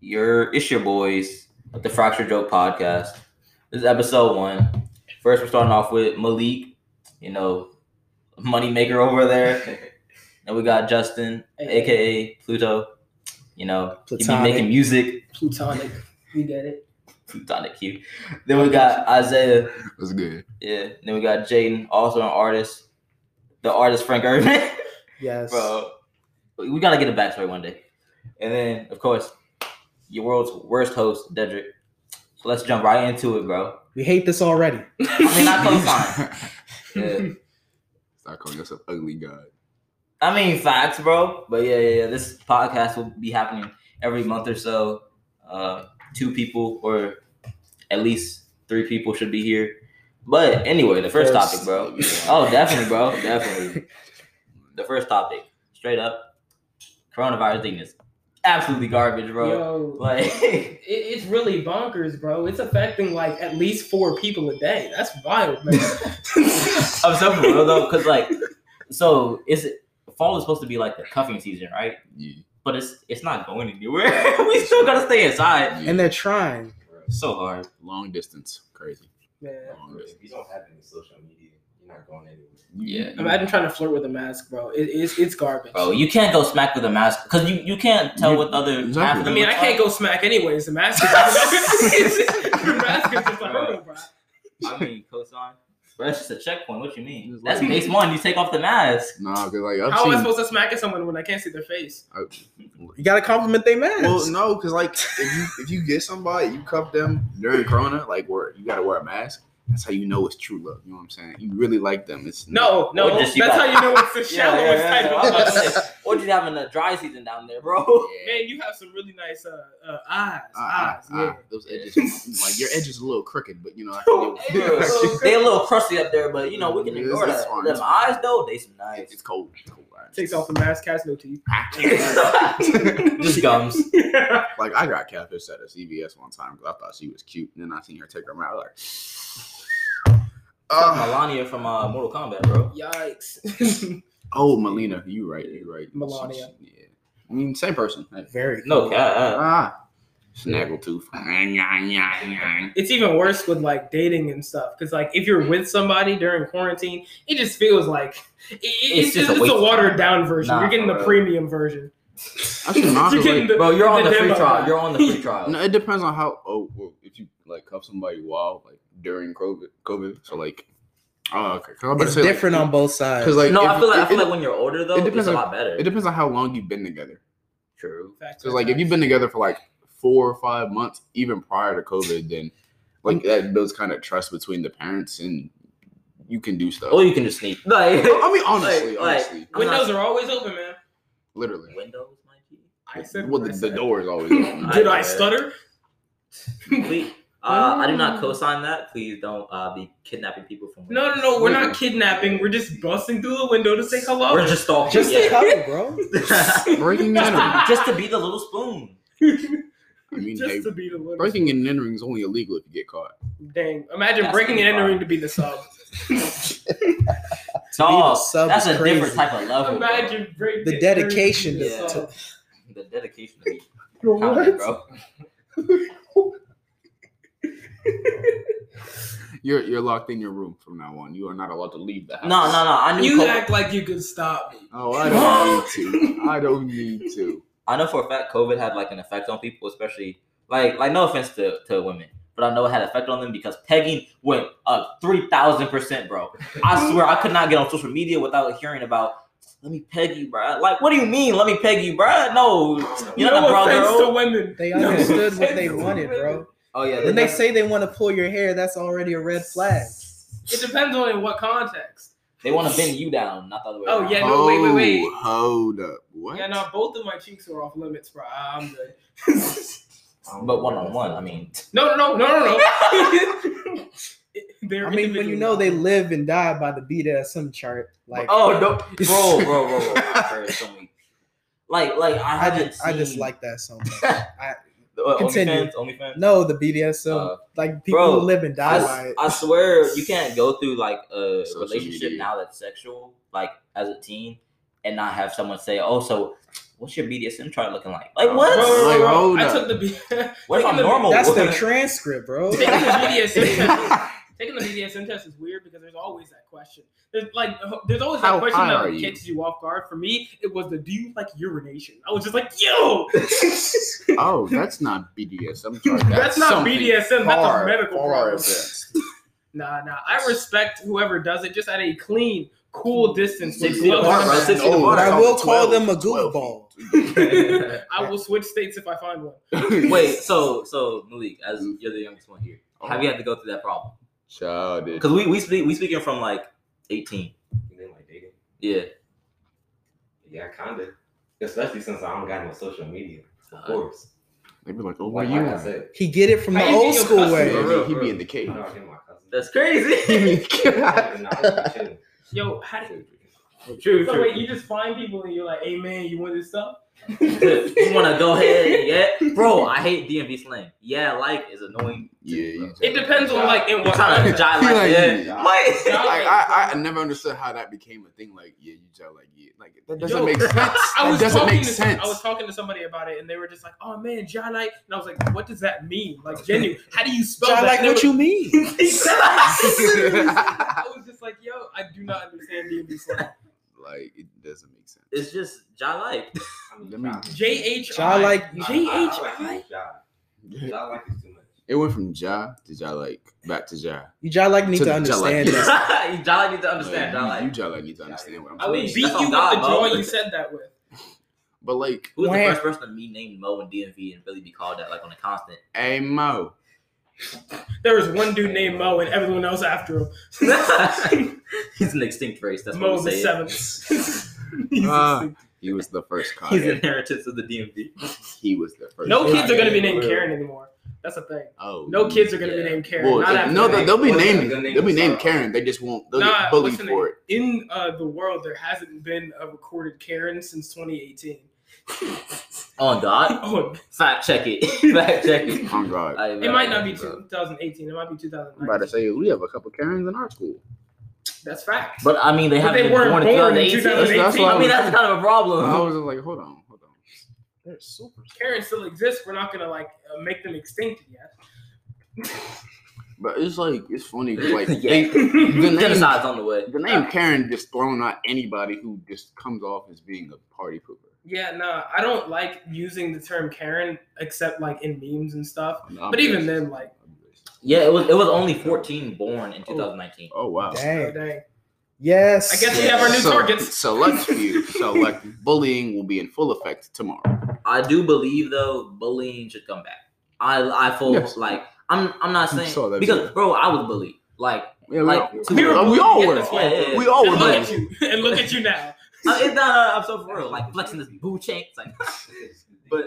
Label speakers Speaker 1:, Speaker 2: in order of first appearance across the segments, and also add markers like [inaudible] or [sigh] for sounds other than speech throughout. Speaker 1: Your it's your boys with the Fracture Joke Podcast. This is episode one. First, we're starting off with Malik, you know, money maker over there. and we got Justin, aka Pluto. You know, he be
Speaker 2: Platonic.
Speaker 1: making music.
Speaker 2: Plutonic. You get it?
Speaker 1: Plutonic Q. Then we got Isaiah.
Speaker 3: That's good.
Speaker 1: Yeah. Then we got Jaden, also an artist. The artist Frank Irvin. [laughs]
Speaker 2: Yes.
Speaker 1: bro. We we gotta get a backstory one day. And then, of course, your world's worst host, Dedrick. So let's jump right into it, [laughs] bro.
Speaker 2: We hate this already.
Speaker 1: [laughs] I mean, not close fine.
Speaker 3: [laughs]
Speaker 1: Yeah.
Speaker 3: Stop calling yourself ugly god.
Speaker 1: I mean, facts, bro. But yeah, yeah, yeah. This podcast will be happening every month or so. Uh, two people, or at least three people, should be here. But anyway, the first
Speaker 2: First.
Speaker 1: topic, bro. Oh, definitely, bro. Definitely. the first topic, straight up, coronavirus thing is absolutely garbage, bro.
Speaker 2: Yo,
Speaker 1: Like, [laughs]
Speaker 2: it, it's really bonkers, bro. It's affecting like at least four people a day. That's wild, man.
Speaker 1: I'm so for real though, because like, so is it fall is supposed to be like the cuffing season, right?
Speaker 3: Yeah,
Speaker 1: But it's it's not going anywhere. [laughs] we still gotta stay inside.
Speaker 2: [laughs]
Speaker 3: yeah.
Speaker 2: and they're trying.
Speaker 1: So hard.
Speaker 3: long distance, crazy.
Speaker 2: Man.
Speaker 3: Long distance.
Speaker 4: If you don't have any social media, you're not going anywhere.
Speaker 1: Yeah.
Speaker 2: Imagine trying to flirt with a mask, bro. It, it's it's garbage.
Speaker 1: Bro, you can't go smack with a mask because you, you can't tell
Speaker 3: You-
Speaker 1: what the other
Speaker 3: exactly.
Speaker 1: half of
Speaker 2: I
Speaker 1: them
Speaker 2: mean, I
Speaker 1: look
Speaker 2: can't
Speaker 1: like.
Speaker 2: go smack anyways. The mask is [laughs] the mask is just a hurdle, bro. [laughs]
Speaker 1: I mean, cosign. Bro, that's just a checkpoint. What you mean?
Speaker 3: Just
Speaker 1: That's
Speaker 3: like-
Speaker 1: base one. You take off the
Speaker 2: [laughs]
Speaker 1: mask.
Speaker 3: Nah, cause like I've
Speaker 2: How am I
Speaker 3: seen.
Speaker 2: supposed to smack at someone when I can't see their face?
Speaker 3: I-
Speaker 2: You gotta compliment their mask.
Speaker 3: well, no, cause like if you if you get somebody, you cuff them during Corona, like where you gotta wear a mask. That's how you know it's true love. You know what I'm saying? You really like them.
Speaker 2: [laughs]
Speaker 3: It's
Speaker 2: no, no.
Speaker 1: Or
Speaker 2: That's
Speaker 1: just you
Speaker 2: how
Speaker 1: got-
Speaker 2: you know
Speaker 1: [laughs]
Speaker 2: it's the shallowest type
Speaker 1: I was
Speaker 2: of
Speaker 1: about to
Speaker 2: love.
Speaker 1: say, Or just having a dry season down there,
Speaker 2: [laughs]
Speaker 1: bro.
Speaker 2: Man, you have some really nice uh, uh, eyes.
Speaker 3: Ah,
Speaker 2: eyes,
Speaker 3: ah, ah. Those edges,
Speaker 2: [laughs]
Speaker 3: like your edges, a little crooked, but you know. I can deal with it.
Speaker 1: they a little crusty up there, but you know we can
Speaker 3: Yeah,
Speaker 1: ignore
Speaker 3: that's
Speaker 1: that.
Speaker 3: fine,
Speaker 1: Them
Speaker 3: that's fine.
Speaker 1: eyes though, they some nice.
Speaker 3: [laughs] It's cold. It's cold. all right.
Speaker 2: yeah. Takes
Speaker 3: [laughs]
Speaker 2: off the mask, has no teeth.
Speaker 1: just gums.
Speaker 3: Like I got catfish at a CVS one time because I thought she was cute, and then I seen her take her mouth like. [sighs] Ah.
Speaker 1: Melania from uh, Mortal Kombat, bro.
Speaker 2: Yikes.
Speaker 3: oh, Melina, you right, you right.
Speaker 2: Melania.
Speaker 3: She- she- yeah, I mean same person. Hey.
Speaker 2: Very.
Speaker 1: No cat. uh,
Speaker 3: Ah, snaggletooth. [laughs]
Speaker 2: It's even worse with like dating and stuff because like if you're with somebody during quarantine, it just feels like it- it- it's, just, a,
Speaker 1: waste of
Speaker 2: watered down version.
Speaker 1: Nah,
Speaker 2: you're getting
Speaker 1: for
Speaker 2: the
Speaker 1: real.
Speaker 2: premium version.
Speaker 3: I should not
Speaker 2: You're getting
Speaker 3: like,
Speaker 1: Bro, you're on the, free
Speaker 2: demo.
Speaker 1: trial. You're on the free trial.
Speaker 3: [laughs] no, it depends on how. Oh, well, if you like cuff somebody while like during COVID, COVID. So like, oh, okay. 'Cause I was about to
Speaker 5: It's
Speaker 3: say, like,
Speaker 5: different on both sides.
Speaker 3: Cause like,
Speaker 1: no,
Speaker 3: if-
Speaker 1: I feel like I feel
Speaker 3: it-
Speaker 1: like when you're older though,
Speaker 3: it depends
Speaker 1: it's a
Speaker 3: on-
Speaker 1: lot better.
Speaker 3: it depends on how long you've been together.
Speaker 1: True.
Speaker 2: Fact,
Speaker 3: Because like if you've been together for like four or five months, even prior to COVID, then like that builds kind of trust between the parents and you can do stuff.
Speaker 1: Or you can just sneak. Like,
Speaker 3: I mean, honestly,
Speaker 1: like-
Speaker 3: honestly,
Speaker 1: I'm
Speaker 2: windows
Speaker 1: not-
Speaker 2: are always open, man.
Speaker 3: literally.
Speaker 1: Windows, Mikey.
Speaker 2: I said
Speaker 3: well,
Speaker 2: what
Speaker 3: the,
Speaker 2: I
Speaker 3: the
Speaker 2: said.
Speaker 3: door is always open.
Speaker 2: [laughs] Did
Speaker 1: I-
Speaker 2: I stutter? [laughs]
Speaker 1: Please, uh, I do not co-sign that. Please don't uh, be kidnapping people from.
Speaker 2: No, no, no. We're not kidnapping. We're just busting through the window to say hello.
Speaker 1: We're just stalking.
Speaker 5: just a
Speaker 1: yeah.
Speaker 5: couple, bro.
Speaker 3: breaking and entering. I
Speaker 1: [laughs]
Speaker 2: [laughs]
Speaker 1: just to be the little spoon.
Speaker 3: mean,
Speaker 2: just
Speaker 3: hey,
Speaker 2: to be the little.
Speaker 3: breaking and entering is only illegal if you get caught.
Speaker 2: Dang! Imagine
Speaker 1: That's
Speaker 2: breaking and
Speaker 1: gonna be
Speaker 2: entering to be
Speaker 1: [laughs]
Speaker 2: the sub.
Speaker 1: Dog,
Speaker 5: sub
Speaker 1: that's
Speaker 5: is
Speaker 1: a different
Speaker 5: crazy.
Speaker 1: type of level. bro.
Speaker 2: Imagine breaking
Speaker 5: The dedication
Speaker 1: Yeah.
Speaker 5: to, to
Speaker 1: The dedication to be
Speaker 2: What?
Speaker 1: bro.
Speaker 3: You're you're locked in your room from now on. You are not allowed to leave the house.
Speaker 1: No, no, no. I knew.
Speaker 2: You
Speaker 1: co-
Speaker 2: act like you could stop me.
Speaker 3: Oh,
Speaker 2: [laughs]
Speaker 3: I don't need to. I don't need to.
Speaker 1: I know for a fact COVID had like an effect on people, especially like like no offense to, to women, but I know it had an effect on them because pegging went up three thousand percent, bro.
Speaker 5: [laughs]
Speaker 1: I swear I could not get on social media without hearing about let me peg you, bro. Like, what do you mean? Let me peg you, bro? No, you're
Speaker 2: no
Speaker 1: not a bro,
Speaker 2: offense
Speaker 1: girl.
Speaker 2: to women.
Speaker 5: they
Speaker 2: No
Speaker 5: understood what they
Speaker 2: offense to
Speaker 5: wanted,
Speaker 2: women.
Speaker 5: bro.
Speaker 1: Oh yeah,
Speaker 5: When they
Speaker 1: they,
Speaker 5: say they want to pull your hair, that's already a red flag.
Speaker 2: It depends on in what context.
Speaker 1: they want to bend you down, not the other way.
Speaker 2: Oh,
Speaker 1: around.
Speaker 2: yeah. no, wait, wait, wait.
Speaker 3: Oh, Hold up. What?
Speaker 2: Yeah, no, both of my cheeks are off limits, bro. I- I'm good. [laughs]
Speaker 1: but one on one, I
Speaker 5: [laughs]
Speaker 1: mean,
Speaker 2: No, no, no, no, no. They're
Speaker 5: I mean, when you
Speaker 2: individual.
Speaker 5: know they live and die by the BDSM chart, like
Speaker 1: oh no, bro, bro, bro, bro. I've heard so many. Like, like I
Speaker 5: I
Speaker 1: haven't.
Speaker 5: just, I
Speaker 1: seen- [laughs]
Speaker 5: dislike that so much.
Speaker 1: Uh,
Speaker 5: Continue.
Speaker 1: OnlyFans, OnlyFans.
Speaker 5: No, the BDSM,
Speaker 1: Uh,
Speaker 5: like people
Speaker 1: bro,
Speaker 5: who live and
Speaker 1: I,
Speaker 5: die by
Speaker 1: s-
Speaker 5: it.
Speaker 1: I swear you can't go through like a
Speaker 3: Social
Speaker 1: relationship
Speaker 3: media.
Speaker 1: now that's sexual, like as a teen, and not have someone say, "Oh, so what's your BDSM chart looking like? Like
Speaker 2: Bro,
Speaker 1: what?
Speaker 2: bro,
Speaker 3: Like,
Speaker 2: bro,
Speaker 3: hold
Speaker 2: I
Speaker 3: up.
Speaker 2: took the B- [laughs]
Speaker 1: what if
Speaker 2: taking
Speaker 1: I'm
Speaker 2: the-
Speaker 1: normal?
Speaker 5: That's
Speaker 1: What-
Speaker 5: the
Speaker 2: [laughs]
Speaker 5: transcript, bro.
Speaker 2: taking the BDSM [laughs]
Speaker 5: [laughs]
Speaker 2: test. Taking the BDSM test is weird because there's always that question. There's like there's always that
Speaker 3: How
Speaker 2: question
Speaker 3: high
Speaker 2: that
Speaker 3: are
Speaker 2: like,
Speaker 3: you?
Speaker 2: catches you off guard. For me, it was the do you like urination? I was just like, yo, [laughs]
Speaker 3: Oh, that's not BDSM. Sorry,
Speaker 2: that's, not
Speaker 3: something
Speaker 2: BDSM,
Speaker 3: far,
Speaker 2: that's a medical
Speaker 3: far
Speaker 2: problem.
Speaker 3: advanced.
Speaker 2: [laughs] Nah, nah. I respect whoever does it just at a clean, cool distance. with
Speaker 1: Six feet
Speaker 2: gloves
Speaker 1: apart,
Speaker 2: on.
Speaker 1: bro. Six feet
Speaker 3: No,
Speaker 1: apart.
Speaker 5: But I will call
Speaker 3: 12,
Speaker 5: them a
Speaker 3: 12.
Speaker 5: goofball.
Speaker 2: [laughs]
Speaker 3: [laughs]
Speaker 2: I will switch states if I find
Speaker 1: [laughs]
Speaker 2: one.
Speaker 1: Wait, so so Malik, as you're the youngest one here, have you had to go through that problem?
Speaker 3: Child, dude.
Speaker 1: Because we we speak we speaking from like 18.
Speaker 4: And then like dating.
Speaker 1: Yeah.
Speaker 4: Yeah, kinda. Especially since I don't got no social media. Of course.
Speaker 3: They be like, oh, where
Speaker 4: Like,
Speaker 3: you
Speaker 4: like I
Speaker 3: [laughs] at?
Speaker 4: said,
Speaker 5: He get it from
Speaker 2: How
Speaker 5: the
Speaker 2: you get
Speaker 5: old
Speaker 2: your
Speaker 5: school
Speaker 2: customer?
Speaker 3: Yeah,
Speaker 5: way.
Speaker 4: Bro,
Speaker 3: he- he
Speaker 4: bro.
Speaker 3: be in the cave. [laughs]
Speaker 4: I know I get my cousin.
Speaker 1: That's crazy.
Speaker 4: And [laughs] I was chilling.
Speaker 2: Yo, how do
Speaker 1: true, [laughs]
Speaker 2: you, so wait, you just find people and you're like, hey man, you want this stuff?
Speaker 1: [laughs] you want to go ahead? Yeah, [laughs] bro. I hate DMV slang. Yeah, like is annoying.
Speaker 3: Yeah, you
Speaker 1: [laughs]
Speaker 2: It depends on like in
Speaker 1: You're
Speaker 2: what
Speaker 1: trying to
Speaker 2: context.
Speaker 1: jive
Speaker 3: He
Speaker 1: like,
Speaker 3: like,
Speaker 1: yeah.
Speaker 3: yeah.
Speaker 1: What?
Speaker 3: Like, I, I never understood how that became a thing. Like, yeah, you just like, yeah, like that doesn't
Speaker 2: Yo,
Speaker 3: make sense.
Speaker 2: [laughs] I
Speaker 3: That
Speaker 2: was
Speaker 3: doesn't
Speaker 2: talking
Speaker 3: make
Speaker 2: to some-
Speaker 3: sense.
Speaker 2: I was talking to somebody about it, and they were just like, "Oh man, John Light," and I was like, "What does that mean? Like, genuine? How do you spell
Speaker 5: John,
Speaker 2: that?"
Speaker 5: like
Speaker 2: And they
Speaker 5: what
Speaker 2: were-
Speaker 5: you mean?
Speaker 2: [laughs]
Speaker 3: [laughs]
Speaker 2: I was just like, "Yo, I do not understand DMV slang."
Speaker 3: like, it doesn't make sense.
Speaker 1: [laughs] It's just jive like.
Speaker 4: I mean,
Speaker 3: Let me-
Speaker 4: I-
Speaker 2: J H
Speaker 5: John,
Speaker 2: I.
Speaker 5: like
Speaker 4: I-
Speaker 2: J
Speaker 4: I-
Speaker 2: H
Speaker 4: I like
Speaker 2: I.
Speaker 4: his job. His job like is too much.
Speaker 3: It went from Ja to Ja like back to Ja.
Speaker 5: you John like need
Speaker 3: To
Speaker 5: to
Speaker 3: the John, like-
Speaker 1: [laughs]
Speaker 5: understand
Speaker 1: you
Speaker 5: this.
Speaker 1: jive like need to understand.
Speaker 3: Like,
Speaker 1: Jive
Speaker 3: you-
Speaker 1: like.
Speaker 3: you Ja like need to understand what I'm
Speaker 2: I
Speaker 3: saying.
Speaker 2: will
Speaker 1: That's
Speaker 2: beat you
Speaker 1: on
Speaker 2: with
Speaker 1: God,
Speaker 2: the
Speaker 1: bro.
Speaker 2: jaw you said that with.
Speaker 3: But like,
Speaker 1: Who's
Speaker 5: Where?
Speaker 1: the first person to be named Mo in DMV and really be called that like on a constant? [laughs]
Speaker 3: hey Mo,
Speaker 2: There was one dude named Mo and everyone else after him.
Speaker 1: He's an extinct race.
Speaker 2: [laughs]
Speaker 1: That's
Speaker 2: Mo
Speaker 1: what we
Speaker 2: the
Speaker 1: say.
Speaker 2: seventh. He's
Speaker 3: Ah.
Speaker 2: extinct.
Speaker 3: he was the first
Speaker 1: He's
Speaker 3: contact.
Speaker 1: inheritance of the DMV.
Speaker 3: [laughs] He was the first.
Speaker 2: no kids are gonna be
Speaker 3: contact.
Speaker 2: named Karen anymore. That's a thing.
Speaker 3: Oh,
Speaker 2: No kids are gonna
Speaker 1: Yeah.
Speaker 2: be named Karen.
Speaker 3: Well,
Speaker 2: not
Speaker 3: it-
Speaker 2: after
Speaker 3: no,
Speaker 2: the
Speaker 3: they-
Speaker 2: name.
Speaker 3: they'll be
Speaker 4: What's
Speaker 3: named.
Speaker 4: the name?
Speaker 3: They'll be named
Speaker 4: Sorry.
Speaker 3: Karen. They just won't. They'll
Speaker 2: Nah,
Speaker 3: get bullied
Speaker 2: what's the name?
Speaker 3: for it.
Speaker 2: In uh, the world, there hasn't been a recorded Karen since 2018.
Speaker 1: [laughs] On God,
Speaker 2: [laughs] Oh,
Speaker 1: fact check it. [laughs] fact check
Speaker 3: [laughs]
Speaker 1: it.
Speaker 3: Oh God.
Speaker 1: I-
Speaker 2: it might not be
Speaker 1: bro.
Speaker 2: 2018. It might be
Speaker 3: I'm about to
Speaker 2: 2019.
Speaker 3: say we have a couple Karens in our school.
Speaker 2: That's facts.
Speaker 1: But I mean, they
Speaker 2: But
Speaker 1: haven't
Speaker 2: they
Speaker 1: been
Speaker 2: weren't
Speaker 1: born,
Speaker 2: born in
Speaker 1: in 2018.
Speaker 2: 2018.
Speaker 3: That's- that's why
Speaker 1: I mean, that's kind of a problem.
Speaker 3: I was just like, hold on, hold on. They're super.
Speaker 2: Karen still exists. We're not gonna like uh, make them extinct yet.
Speaker 3: But it's like it's [laughs] funny. 'cause, Like
Speaker 1: Yeah.
Speaker 3: they, the
Speaker 1: [laughs]
Speaker 3: name
Speaker 1: Genocide's on the way.
Speaker 3: the name Karen just thrown out anybody who just comes off as being a party pooper.
Speaker 2: [laughs] Yeah, nah, I don't like using the term Karen except like in memes and stuff.
Speaker 3: No, I'm
Speaker 2: But even
Speaker 3: racist.
Speaker 2: then, like-
Speaker 3: [laughs] I'm racist.
Speaker 1: Yeah, it was it was only 14 born in 2019.
Speaker 3: oh wow. [laughs]
Speaker 2: So,
Speaker 5: Dang.
Speaker 2: dang.
Speaker 5: Yes.
Speaker 2: I guess we have our new
Speaker 3: so,
Speaker 2: targets. [laughs]
Speaker 3: Select few. Select bullying will be in full effect tomorrow.
Speaker 1: I do believe though bullying should come back. I I feel
Speaker 3: Yes.
Speaker 1: like I'm I'm not saying
Speaker 3: saw that
Speaker 1: because
Speaker 3: video.
Speaker 1: bro I was bullied like
Speaker 3: Yeah,
Speaker 1: Like,
Speaker 3: we all,
Speaker 1: we were
Speaker 3: oh, we all
Speaker 2: bullied,
Speaker 3: were.
Speaker 2: yeah, that's why.
Speaker 1: Yeah, yeah,
Speaker 3: We all
Speaker 2: and
Speaker 3: were.
Speaker 2: look at
Speaker 3: bullied.
Speaker 2: you, [laughs] and look at you
Speaker 3: [laughs]
Speaker 2: now.
Speaker 1: I, it's not uh, I'm so for real like flexing this boo chain it's like
Speaker 4: [laughs]
Speaker 1: But-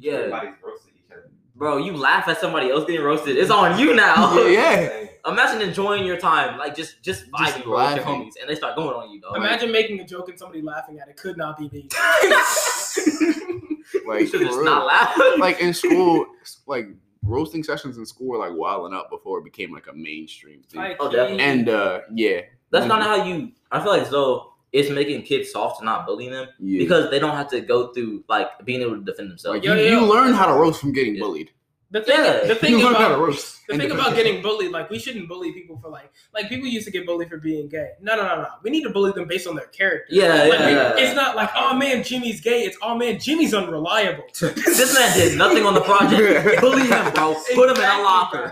Speaker 1: Yeah.
Speaker 4: everybody's roasting each other.
Speaker 1: bro you laugh at somebody else getting roasted it's on you now
Speaker 3: [laughs] Yeah, yeah.
Speaker 4: Same.
Speaker 1: imagine enjoying your time like just just vibing
Speaker 3: Just
Speaker 1: bro, with your
Speaker 3: laughing.
Speaker 1: homies and they start going on you dog.
Speaker 2: Imagine making a joke and somebody laughing at it. Could not be
Speaker 3: [laughs]
Speaker 2: me. [laughs]
Speaker 1: you
Speaker 3: Like,
Speaker 1: should just
Speaker 3: for
Speaker 1: not
Speaker 3: real.
Speaker 1: laugh [laughs]
Speaker 3: like in school, like roasting sessions in school were like wilding up before it became like a mainstream thing.
Speaker 2: Like,
Speaker 1: Oh, definitely.
Speaker 3: and uh, yeah,
Speaker 1: that's kind of how you I feel like so it's making kids soft and not bullying them
Speaker 3: yeah.
Speaker 1: because they don't have to go through like being able to defend themselves
Speaker 3: like
Speaker 2: Yo,
Speaker 3: you,
Speaker 2: yo,
Speaker 3: you
Speaker 2: yo.
Speaker 3: learn how to roast from getting
Speaker 1: Yeah.
Speaker 3: bullied.
Speaker 2: The thing,
Speaker 1: Yeah.
Speaker 2: the thing
Speaker 3: [laughs] you learn how to
Speaker 2: about
Speaker 3: roast.
Speaker 2: the thing about getting bullied, like we shouldn't bully people for like like people used to get bullied for being gay. No, no, no, no. We need to bully them based on their character.
Speaker 1: yeah
Speaker 2: Like,
Speaker 1: yeah, yeah.
Speaker 2: It's not like, oh man, Jimmy's gay. It's oh man, Jimmy's unreliable.
Speaker 1: [laughs] This man did nothing on the
Speaker 3: [laughs]
Speaker 1: project. Bully him, bro. Put him in a locker.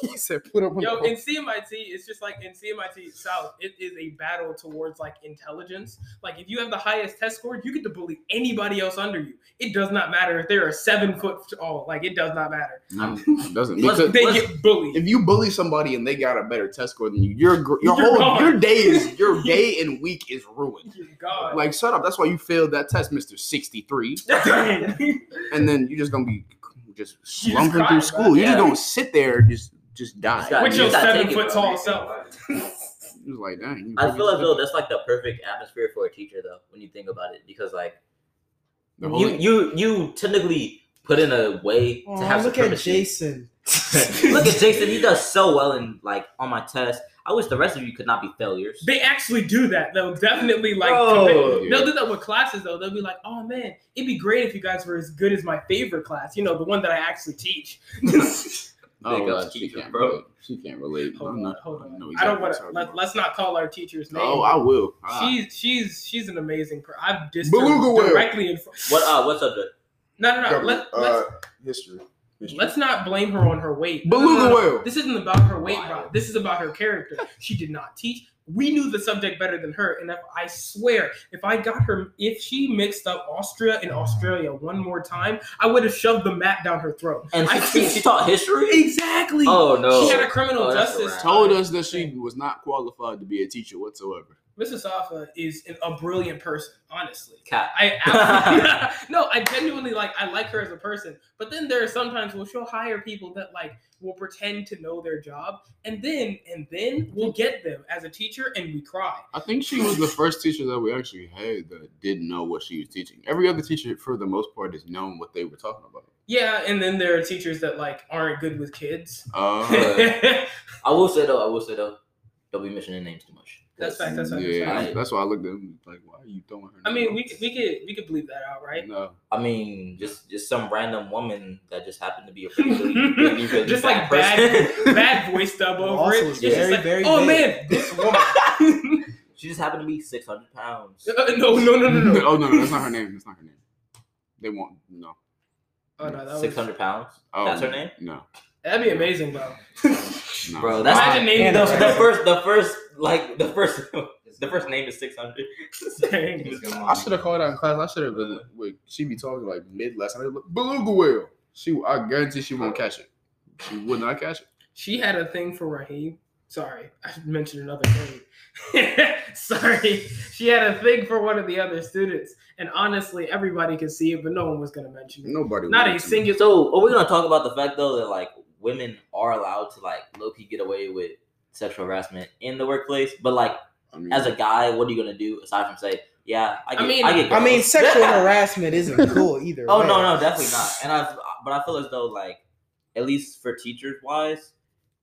Speaker 3: he said, "Put up."
Speaker 2: [laughs] Yo, in CMIT, it's just like in CMIT South, it is a battle towards like intelligence. Like if you have the highest test score, you get to bully anybody else under you. It does not matter if they're a seven foot tall. Like it does not matter.
Speaker 3: no, it doesn't
Speaker 1: Let's-
Speaker 3: because
Speaker 2: They
Speaker 1: What's-
Speaker 2: get bullied.
Speaker 3: if you bully somebody and they got a better test score than you, your gr- your
Speaker 2: You're
Speaker 3: whole
Speaker 2: gone.
Speaker 3: your day is
Speaker 2: [laughs]
Speaker 3: your day and week is ruined.
Speaker 2: You're God. [laughs]
Speaker 3: Like, shut up. That's why you failed that test, Mister Sixty Three,
Speaker 2: Dang.
Speaker 3: and then you're just gonna be
Speaker 2: You
Speaker 3: just
Speaker 2: just
Speaker 3: slumping
Speaker 2: cry,
Speaker 3: through
Speaker 2: bro.
Speaker 3: school. You're
Speaker 1: Yeah.
Speaker 3: just gonna sit there, and just just die.
Speaker 1: gotta-
Speaker 2: With
Speaker 1: you
Speaker 2: your
Speaker 1: gotta take
Speaker 2: seven
Speaker 1: it,
Speaker 2: foot
Speaker 1: bro.
Speaker 2: tall self.
Speaker 3: It was like, dang. you
Speaker 1: I
Speaker 3: really
Speaker 1: feel as
Speaker 3: did
Speaker 1: though that's like the perfect atmosphere for a teacher, though, when you think about it, because like
Speaker 3: The
Speaker 1: you you you technically put in a way to have
Speaker 5: Aw, Oh, look at
Speaker 1: supremacy.
Speaker 5: [laughs] Jason.
Speaker 1: look at Jason. He does so well in like on my test. I wish the rest of you could not be failures.
Speaker 2: They actually do that. They'll definitely like.
Speaker 3: Oh,
Speaker 1: Bro.
Speaker 2: commit- They'll do that with classes though. They'll be like, "Oh man, it'd be great if you guys were as good as my favorite class. You know, the one that I actually teach."
Speaker 1: Big
Speaker 3: Oh,
Speaker 1: ups,
Speaker 3: uh, she
Speaker 1: teacher,
Speaker 3: can't
Speaker 1: bro.
Speaker 3: relate. She can't relate.
Speaker 2: hold
Speaker 3: I'm
Speaker 2: on,
Speaker 3: not-
Speaker 2: hold on.
Speaker 3: know
Speaker 2: I
Speaker 3: exactly
Speaker 2: don't want
Speaker 3: what
Speaker 2: to.
Speaker 3: you're
Speaker 2: Let,
Speaker 3: talking
Speaker 2: let's not call our teacher's name.
Speaker 3: about. Oh, I will. Ah.
Speaker 2: She's she's she's an amazing person. I've dissed
Speaker 3: Beluga
Speaker 2: her
Speaker 3: whale. uh,
Speaker 2: directly in front.
Speaker 1: What uh what subject?
Speaker 2: No, no, no.
Speaker 3: Government,
Speaker 2: Let, let's
Speaker 3: history. history.
Speaker 2: let's not blame her on her weight. No, no, no,
Speaker 3: Beluga
Speaker 2: no.
Speaker 3: whale.
Speaker 2: This isn't about her weight, bro.
Speaker 4: Wild.
Speaker 2: This is about her
Speaker 3: [laughs]
Speaker 2: character. She did not teach. We knew the subject better than her, and if, I swear, if I got her, if she mixed up Austria and Australia one more time, I would have shoved the mat down her throat.
Speaker 1: And
Speaker 2: I
Speaker 1: she,
Speaker 2: think-
Speaker 1: she taught history?
Speaker 2: Exactly.
Speaker 1: Oh no.
Speaker 2: She had a criminal
Speaker 1: Oh, that's a
Speaker 2: justice.
Speaker 1: wrap.
Speaker 3: Told us that she was not qualified to be a teacher whatsoever.
Speaker 2: Mrs. Safa is an, a brilliant person, honestly.
Speaker 1: Cap. [laughs]
Speaker 2: I absolutely, [laughs] no, I genuinely like I like her as a person. But then there are sometimes where she'll hire people that like will pretend to know their job, and then and then we'll get them as a teacher, and we cry.
Speaker 3: I think she was the first teacher that we actually had that didn't know what she was teaching. Every other teacher, for the most part, has known what they were talking about.
Speaker 1: [laughs]
Speaker 2: Yeah, and then there are teachers that like aren't good with kids.
Speaker 3: Uh,
Speaker 2: That's
Speaker 1: I will say though, I will say though, don't be mentioning names too much.
Speaker 2: fact. That's fact.
Speaker 3: yeah,
Speaker 2: That's fact.
Speaker 1: right.
Speaker 3: that's why I looked at him like, why are you throwing her?
Speaker 2: [laughs] I mean,
Speaker 3: name
Speaker 2: we could- we could we could bleep that out,
Speaker 3: out?
Speaker 2: right?
Speaker 3: no. [laughs]
Speaker 1: I mean, just just some random woman that just happened
Speaker 2: [laughs]
Speaker 1: to be a really, really, really
Speaker 2: Just
Speaker 1: bad
Speaker 2: like bad- [laughs]
Speaker 1: person.
Speaker 2: Bad voice dub over
Speaker 5: Also,
Speaker 2: it.
Speaker 5: it's
Speaker 2: It's just
Speaker 1: very,
Speaker 2: like,
Speaker 5: very
Speaker 2: oh
Speaker 5: vague.
Speaker 2: man, this woman.
Speaker 1: she just happened to be six hundred pounds.
Speaker 2: Uh, no, no, no,
Speaker 1: [laughs]
Speaker 2: no, no.
Speaker 3: oh no, no, that's not her name. That's not her name. They won't. No.
Speaker 2: Oh no, that
Speaker 1: Six
Speaker 2: was
Speaker 1: hundred pounds.
Speaker 3: Oh,
Speaker 1: That's her name?
Speaker 3: No,
Speaker 2: that'd be amazing, bro. [laughs]
Speaker 3: no.
Speaker 1: Bro, that's
Speaker 2: Imagine naming
Speaker 5: And
Speaker 1: the,
Speaker 5: that's-
Speaker 1: the first the first like the first [laughs] the first name is six hundred.
Speaker 2: Dang.
Speaker 4: It's gonna
Speaker 3: I should have called out in class. I should have. Wait, she be talking like mid last night. Look, Beluga whale. She, I guarantee she won't catch it. She would not catch it.
Speaker 2: She had a thing for Raheem. Sorry, I mentioned another name. [laughs] Sorry, she had a thing for one of the other students, and honestly, everybody could see it, but no one was gonna mention it.
Speaker 3: Nobody.
Speaker 2: Not
Speaker 3: would.
Speaker 2: a single.
Speaker 1: So are we gonna talk about the fact though that like women are allowed to like low key get away with sexual harassment in the workplace, but like
Speaker 3: I mean,
Speaker 1: as a guy, what are you gonna do aside from say, yeah, I
Speaker 2: I
Speaker 1: get, I,
Speaker 2: mean-
Speaker 1: get.
Speaker 5: I
Speaker 1: Girls.
Speaker 5: mean, [laughs] sexual
Speaker 1: [laughs]
Speaker 5: harassment isn't [laughs] cool either.
Speaker 1: Oh
Speaker 5: way.
Speaker 1: no, no, definitely not. And I, but I feel as though like, at least for teachers wise,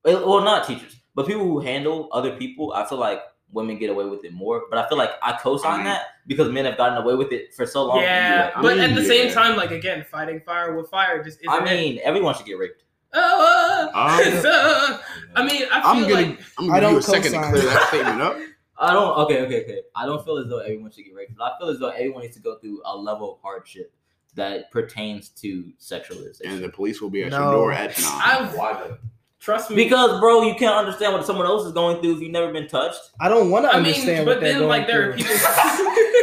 Speaker 1: well, not teachers, but people who handle other people, I feel like women get away with it more. But I feel like I co-sign
Speaker 3: Mhm.
Speaker 1: that because men have gotten away with it for so long.
Speaker 2: Yeah,
Speaker 3: I
Speaker 2: but
Speaker 3: mean,
Speaker 2: at the same
Speaker 3: yeah.
Speaker 2: time, like again, fighting fire with fire just isn't
Speaker 1: I
Speaker 2: it.
Speaker 1: mean, everyone should get raped.
Speaker 2: Oh,
Speaker 3: Um,
Speaker 2: [laughs] it's, uh, I mean, [laughs] I
Speaker 3: I'm
Speaker 2: feel
Speaker 3: gonna,
Speaker 2: like
Speaker 3: I'm
Speaker 5: I
Speaker 3: gonna give you
Speaker 5: don't
Speaker 3: a second to
Speaker 5: co-sign.
Speaker 3: clear that statement up.
Speaker 1: I don't. Okay, okay, okay. I don't feel as though everyone should get raped, but I feel as though everyone needs to go through a level of hardship that pertains to sexualization.
Speaker 3: And the police will be at your
Speaker 5: No.
Speaker 3: door at nine.
Speaker 2: I
Speaker 4: Why the
Speaker 2: trust me.
Speaker 1: because, bro, you can't understand what someone else is going through if you've never been touched.
Speaker 5: I don't want to
Speaker 2: I
Speaker 5: understand
Speaker 2: mean,
Speaker 5: what
Speaker 2: but
Speaker 5: they're
Speaker 2: then
Speaker 5: going
Speaker 2: like there are
Speaker 5: through.
Speaker 2: people.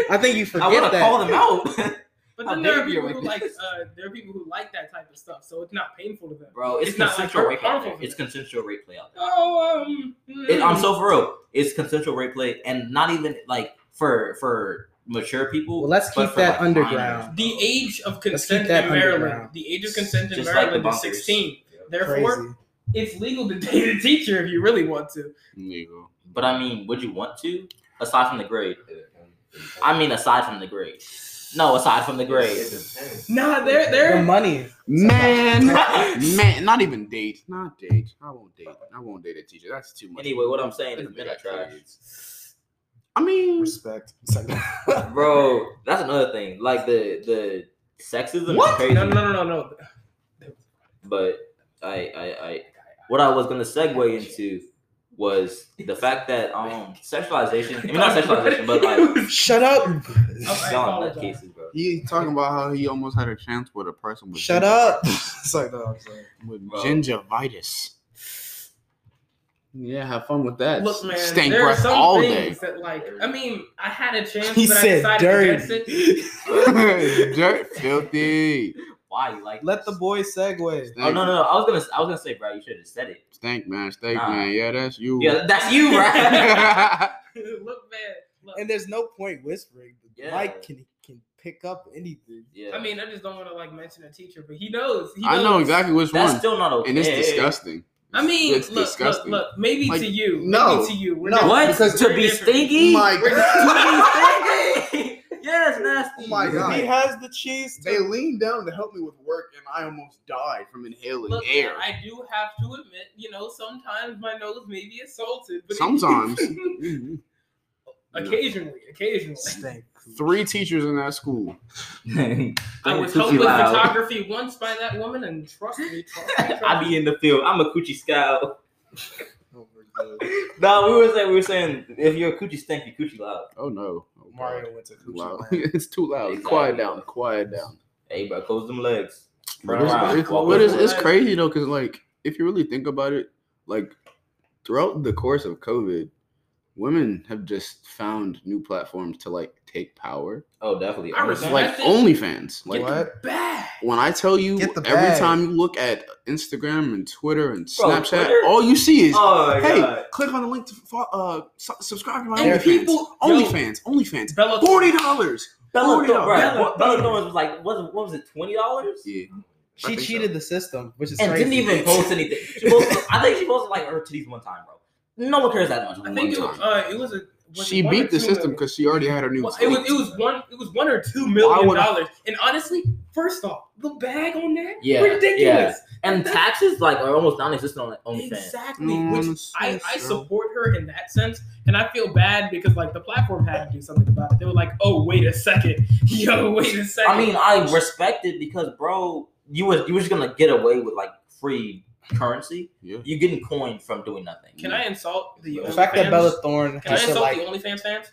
Speaker 5: [laughs] I think you
Speaker 1: I
Speaker 5: forget
Speaker 1: want to
Speaker 5: that.
Speaker 1: call them [laughs] out.
Speaker 2: [laughs] But
Speaker 1: How
Speaker 2: then there
Speaker 1: dare
Speaker 2: are
Speaker 1: you
Speaker 2: people
Speaker 1: with
Speaker 2: who like
Speaker 1: this?
Speaker 2: uh, there are people who like that type of stuff, so it's not painful to them.
Speaker 1: bro. It's,
Speaker 2: It's not, like,
Speaker 1: consensual
Speaker 2: har-
Speaker 1: rape out
Speaker 2: harmful
Speaker 1: there.
Speaker 2: for
Speaker 1: It's
Speaker 2: them.
Speaker 1: consensual rape play out there.
Speaker 2: Oh, um,
Speaker 1: It, I'm
Speaker 2: mm.
Speaker 1: so for real. It's consensual rape play, and not even like for for mature people.
Speaker 5: Well, let's
Speaker 1: but
Speaker 5: keep
Speaker 1: for,
Speaker 5: that
Speaker 1: like,
Speaker 5: underground.
Speaker 1: minors.
Speaker 2: hmm. The age of
Speaker 5: Let's keep
Speaker 2: consent
Speaker 5: that
Speaker 2: in Maryland.
Speaker 5: underground.
Speaker 2: The age of consent in
Speaker 1: Just like the
Speaker 2: Maryland is
Speaker 1: bunkers.
Speaker 2: 16.
Speaker 4: Yeah.
Speaker 2: Therefore,
Speaker 5: Crazy.
Speaker 2: it's legal to date a teacher if you really want to.
Speaker 3: Legal.
Speaker 1: But I mean, would you want to? Aside from the grade,
Speaker 4: it depends.
Speaker 1: I mean, aside from the grade. No, aside from the
Speaker 4: It
Speaker 1: grade.
Speaker 4: depends.
Speaker 2: Nah, they're
Speaker 5: The
Speaker 2: they're.
Speaker 5: money.
Speaker 3: Man, man, not even date. Not date. I won't date. I won't date a teacher. That's too much.
Speaker 1: [laughs] Anyway, what I'm saying is
Speaker 3: They
Speaker 1: men are
Speaker 2: [laughs]
Speaker 3: got
Speaker 1: trash,
Speaker 3: kids. I mean,
Speaker 5: Respect. [laughs]
Speaker 1: bro. That's another thing. Like the the sexism is
Speaker 2: What?
Speaker 1: crazy.
Speaker 2: No, no, no, no, no.
Speaker 1: But I I I what I was gonna segue into was the fact that um sexualization. I mean, not sexualization, but
Speaker 2: [laughs]
Speaker 1: like.
Speaker 5: Shut up.
Speaker 2: I
Speaker 1: Y'all in
Speaker 2: apologize.
Speaker 1: nut cases, bro.
Speaker 3: he talking about how he almost had a chance with a person with
Speaker 5: Shut
Speaker 3: ginger-
Speaker 5: up. [laughs] It's like, no, I'm sorry.
Speaker 3: with
Speaker 1: Bro.
Speaker 3: gingivitis. Yeah, have fun with that.
Speaker 2: Look, man,
Speaker 3: Stank
Speaker 2: there are
Speaker 3: breath
Speaker 2: some
Speaker 3: all
Speaker 2: things
Speaker 3: day.
Speaker 2: that, like, I mean, I had a chance,
Speaker 5: He
Speaker 2: but I
Speaker 5: said
Speaker 2: decided against it. [laughs]
Speaker 3: [laughs]
Speaker 5: dirty.
Speaker 3: Dirt filthy.
Speaker 1: Why you like?
Speaker 5: Let the
Speaker 1: this?
Speaker 5: boy segue.
Speaker 1: Oh no, no, no. I was gonna, I was gonna say, bro, you should have said it.
Speaker 3: Stank man, stank
Speaker 1: Nah.
Speaker 3: man. Yeah, that's you. [laughs]
Speaker 1: Yeah, that's you, right?
Speaker 2: Look, man. Look.
Speaker 5: And there's no point whispering.
Speaker 1: Yeah.
Speaker 5: Mike can can pick up anything.
Speaker 1: yeah.
Speaker 2: I mean, I just don't want to like mention a teacher, but he knows. He
Speaker 3: I know
Speaker 2: knows.
Speaker 3: exactly which
Speaker 1: that's
Speaker 3: one,
Speaker 1: still not okay.
Speaker 3: and it's disgusting.
Speaker 2: I mean,
Speaker 3: it's
Speaker 2: look,
Speaker 3: disgusting.
Speaker 2: look, look, maybe
Speaker 3: Like,
Speaker 2: to you,
Speaker 3: no,
Speaker 2: maybe to you, we're
Speaker 5: no.
Speaker 2: not-
Speaker 1: What?
Speaker 3: Oh
Speaker 5: because
Speaker 1: to
Speaker 2: we're
Speaker 1: be
Speaker 2: different.
Speaker 1: stinky? [laughs]
Speaker 3: My
Speaker 1: to be stinky? Yes, nasty.
Speaker 3: Oh
Speaker 1: [laughs]
Speaker 3: my God.
Speaker 5: He has the cheese.
Speaker 3: [laughs] They
Speaker 5: too.
Speaker 3: leaned down to help me with work, and I almost died from inhaling
Speaker 2: Look,
Speaker 3: air.
Speaker 2: I do have to admit, you know, sometimes my nose may be assaulted, but
Speaker 3: [laughs] Sometimes. Mhm.
Speaker 2: [laughs] occasionally, occasionally.
Speaker 5: Stank.
Speaker 3: Three teachers in that school.
Speaker 2: I was helped with photography once by that woman, and trust
Speaker 3: [laughs]
Speaker 2: me, trust me, trust
Speaker 1: [laughs] I be in the field. I'm a coochie scout.
Speaker 5: Oh my God.
Speaker 1: No, we were saying we were saying if you're a coochie stank, you're coochie loud.
Speaker 3: Oh no. Oh, God.
Speaker 5: Mario went to
Speaker 3: Too
Speaker 5: Coochie [laughs]
Speaker 3: loud. [laughs]
Speaker 5: Land.
Speaker 3: it's too loud.
Speaker 1: Exactly.
Speaker 3: Quiet down. Quiet down.
Speaker 1: Hey, bro, close them legs.
Speaker 3: But
Speaker 1: Turn
Speaker 3: it's,
Speaker 1: around,
Speaker 3: it's-
Speaker 1: walk
Speaker 3: but it's,
Speaker 1: over.
Speaker 3: it's crazy though, because like if you really think about it, like throughout the course of COVID, women have just found new platforms to like take power.
Speaker 1: Oh, definitely.
Speaker 2: I respect-
Speaker 1: Like,
Speaker 3: Like
Speaker 2: think-
Speaker 3: OnlyFans. Like
Speaker 5: What?
Speaker 2: me. Bad.
Speaker 3: when I tell you
Speaker 5: Get the
Speaker 3: every
Speaker 5: bag.
Speaker 3: time you look at Instagram and Twitter and
Speaker 1: Bro,
Speaker 3: Snapchat,
Speaker 1: Twitter-
Speaker 3: all you see is
Speaker 1: oh my
Speaker 3: hey,
Speaker 1: god.
Speaker 3: click on the link to fo- uh su- subscribe to my
Speaker 2: And
Speaker 3: OnlyFans.
Speaker 2: people-
Speaker 3: OnlyFans, OnlyFans,
Speaker 2: Bella
Speaker 3: forty dollars.
Speaker 1: Bella,
Speaker 3: Forty
Speaker 1: Thorne, bro,
Speaker 3: dollars.
Speaker 1: Bella, Thorne was like, what, what was it, twenty dollars?
Speaker 3: Yeah, I
Speaker 5: She
Speaker 3: think so.
Speaker 5: cheated the system, which is
Speaker 1: And
Speaker 5: crazy.
Speaker 1: didn't even post anything. She posted, I think she posted like her titties one time, bro. No one cares that much.
Speaker 2: I think it was, uh, it was a. was
Speaker 3: she
Speaker 2: it one or
Speaker 3: beat
Speaker 2: two
Speaker 3: the system
Speaker 2: million?
Speaker 3: because she already had her new.
Speaker 2: Well, it was it was one it was one or two million
Speaker 3: would I-
Speaker 2: dollars. And honestly, first off, the bag on that,
Speaker 1: Yeah,
Speaker 2: ridiculous.
Speaker 1: and taxes like are almost non-existent on OnlyFans.
Speaker 2: Exactly.
Speaker 3: Mm.
Speaker 2: Which I, I support her in that sense, and I feel bad because like the platform had to do something about it. They were like, "Oh, wait a second, [laughs] yo, wait a second.
Speaker 1: I mean, I respect it because, bro, you was you was gonna get away with like free currency.
Speaker 3: Yeah.
Speaker 1: You're getting coin from doing nothing.
Speaker 2: can I insult the
Speaker 5: The fact that
Speaker 2: OnlyFans-
Speaker 5: Bella Thorne
Speaker 2: Can I
Speaker 5: has to
Speaker 2: insult
Speaker 5: like
Speaker 2: the OnlyFans fans?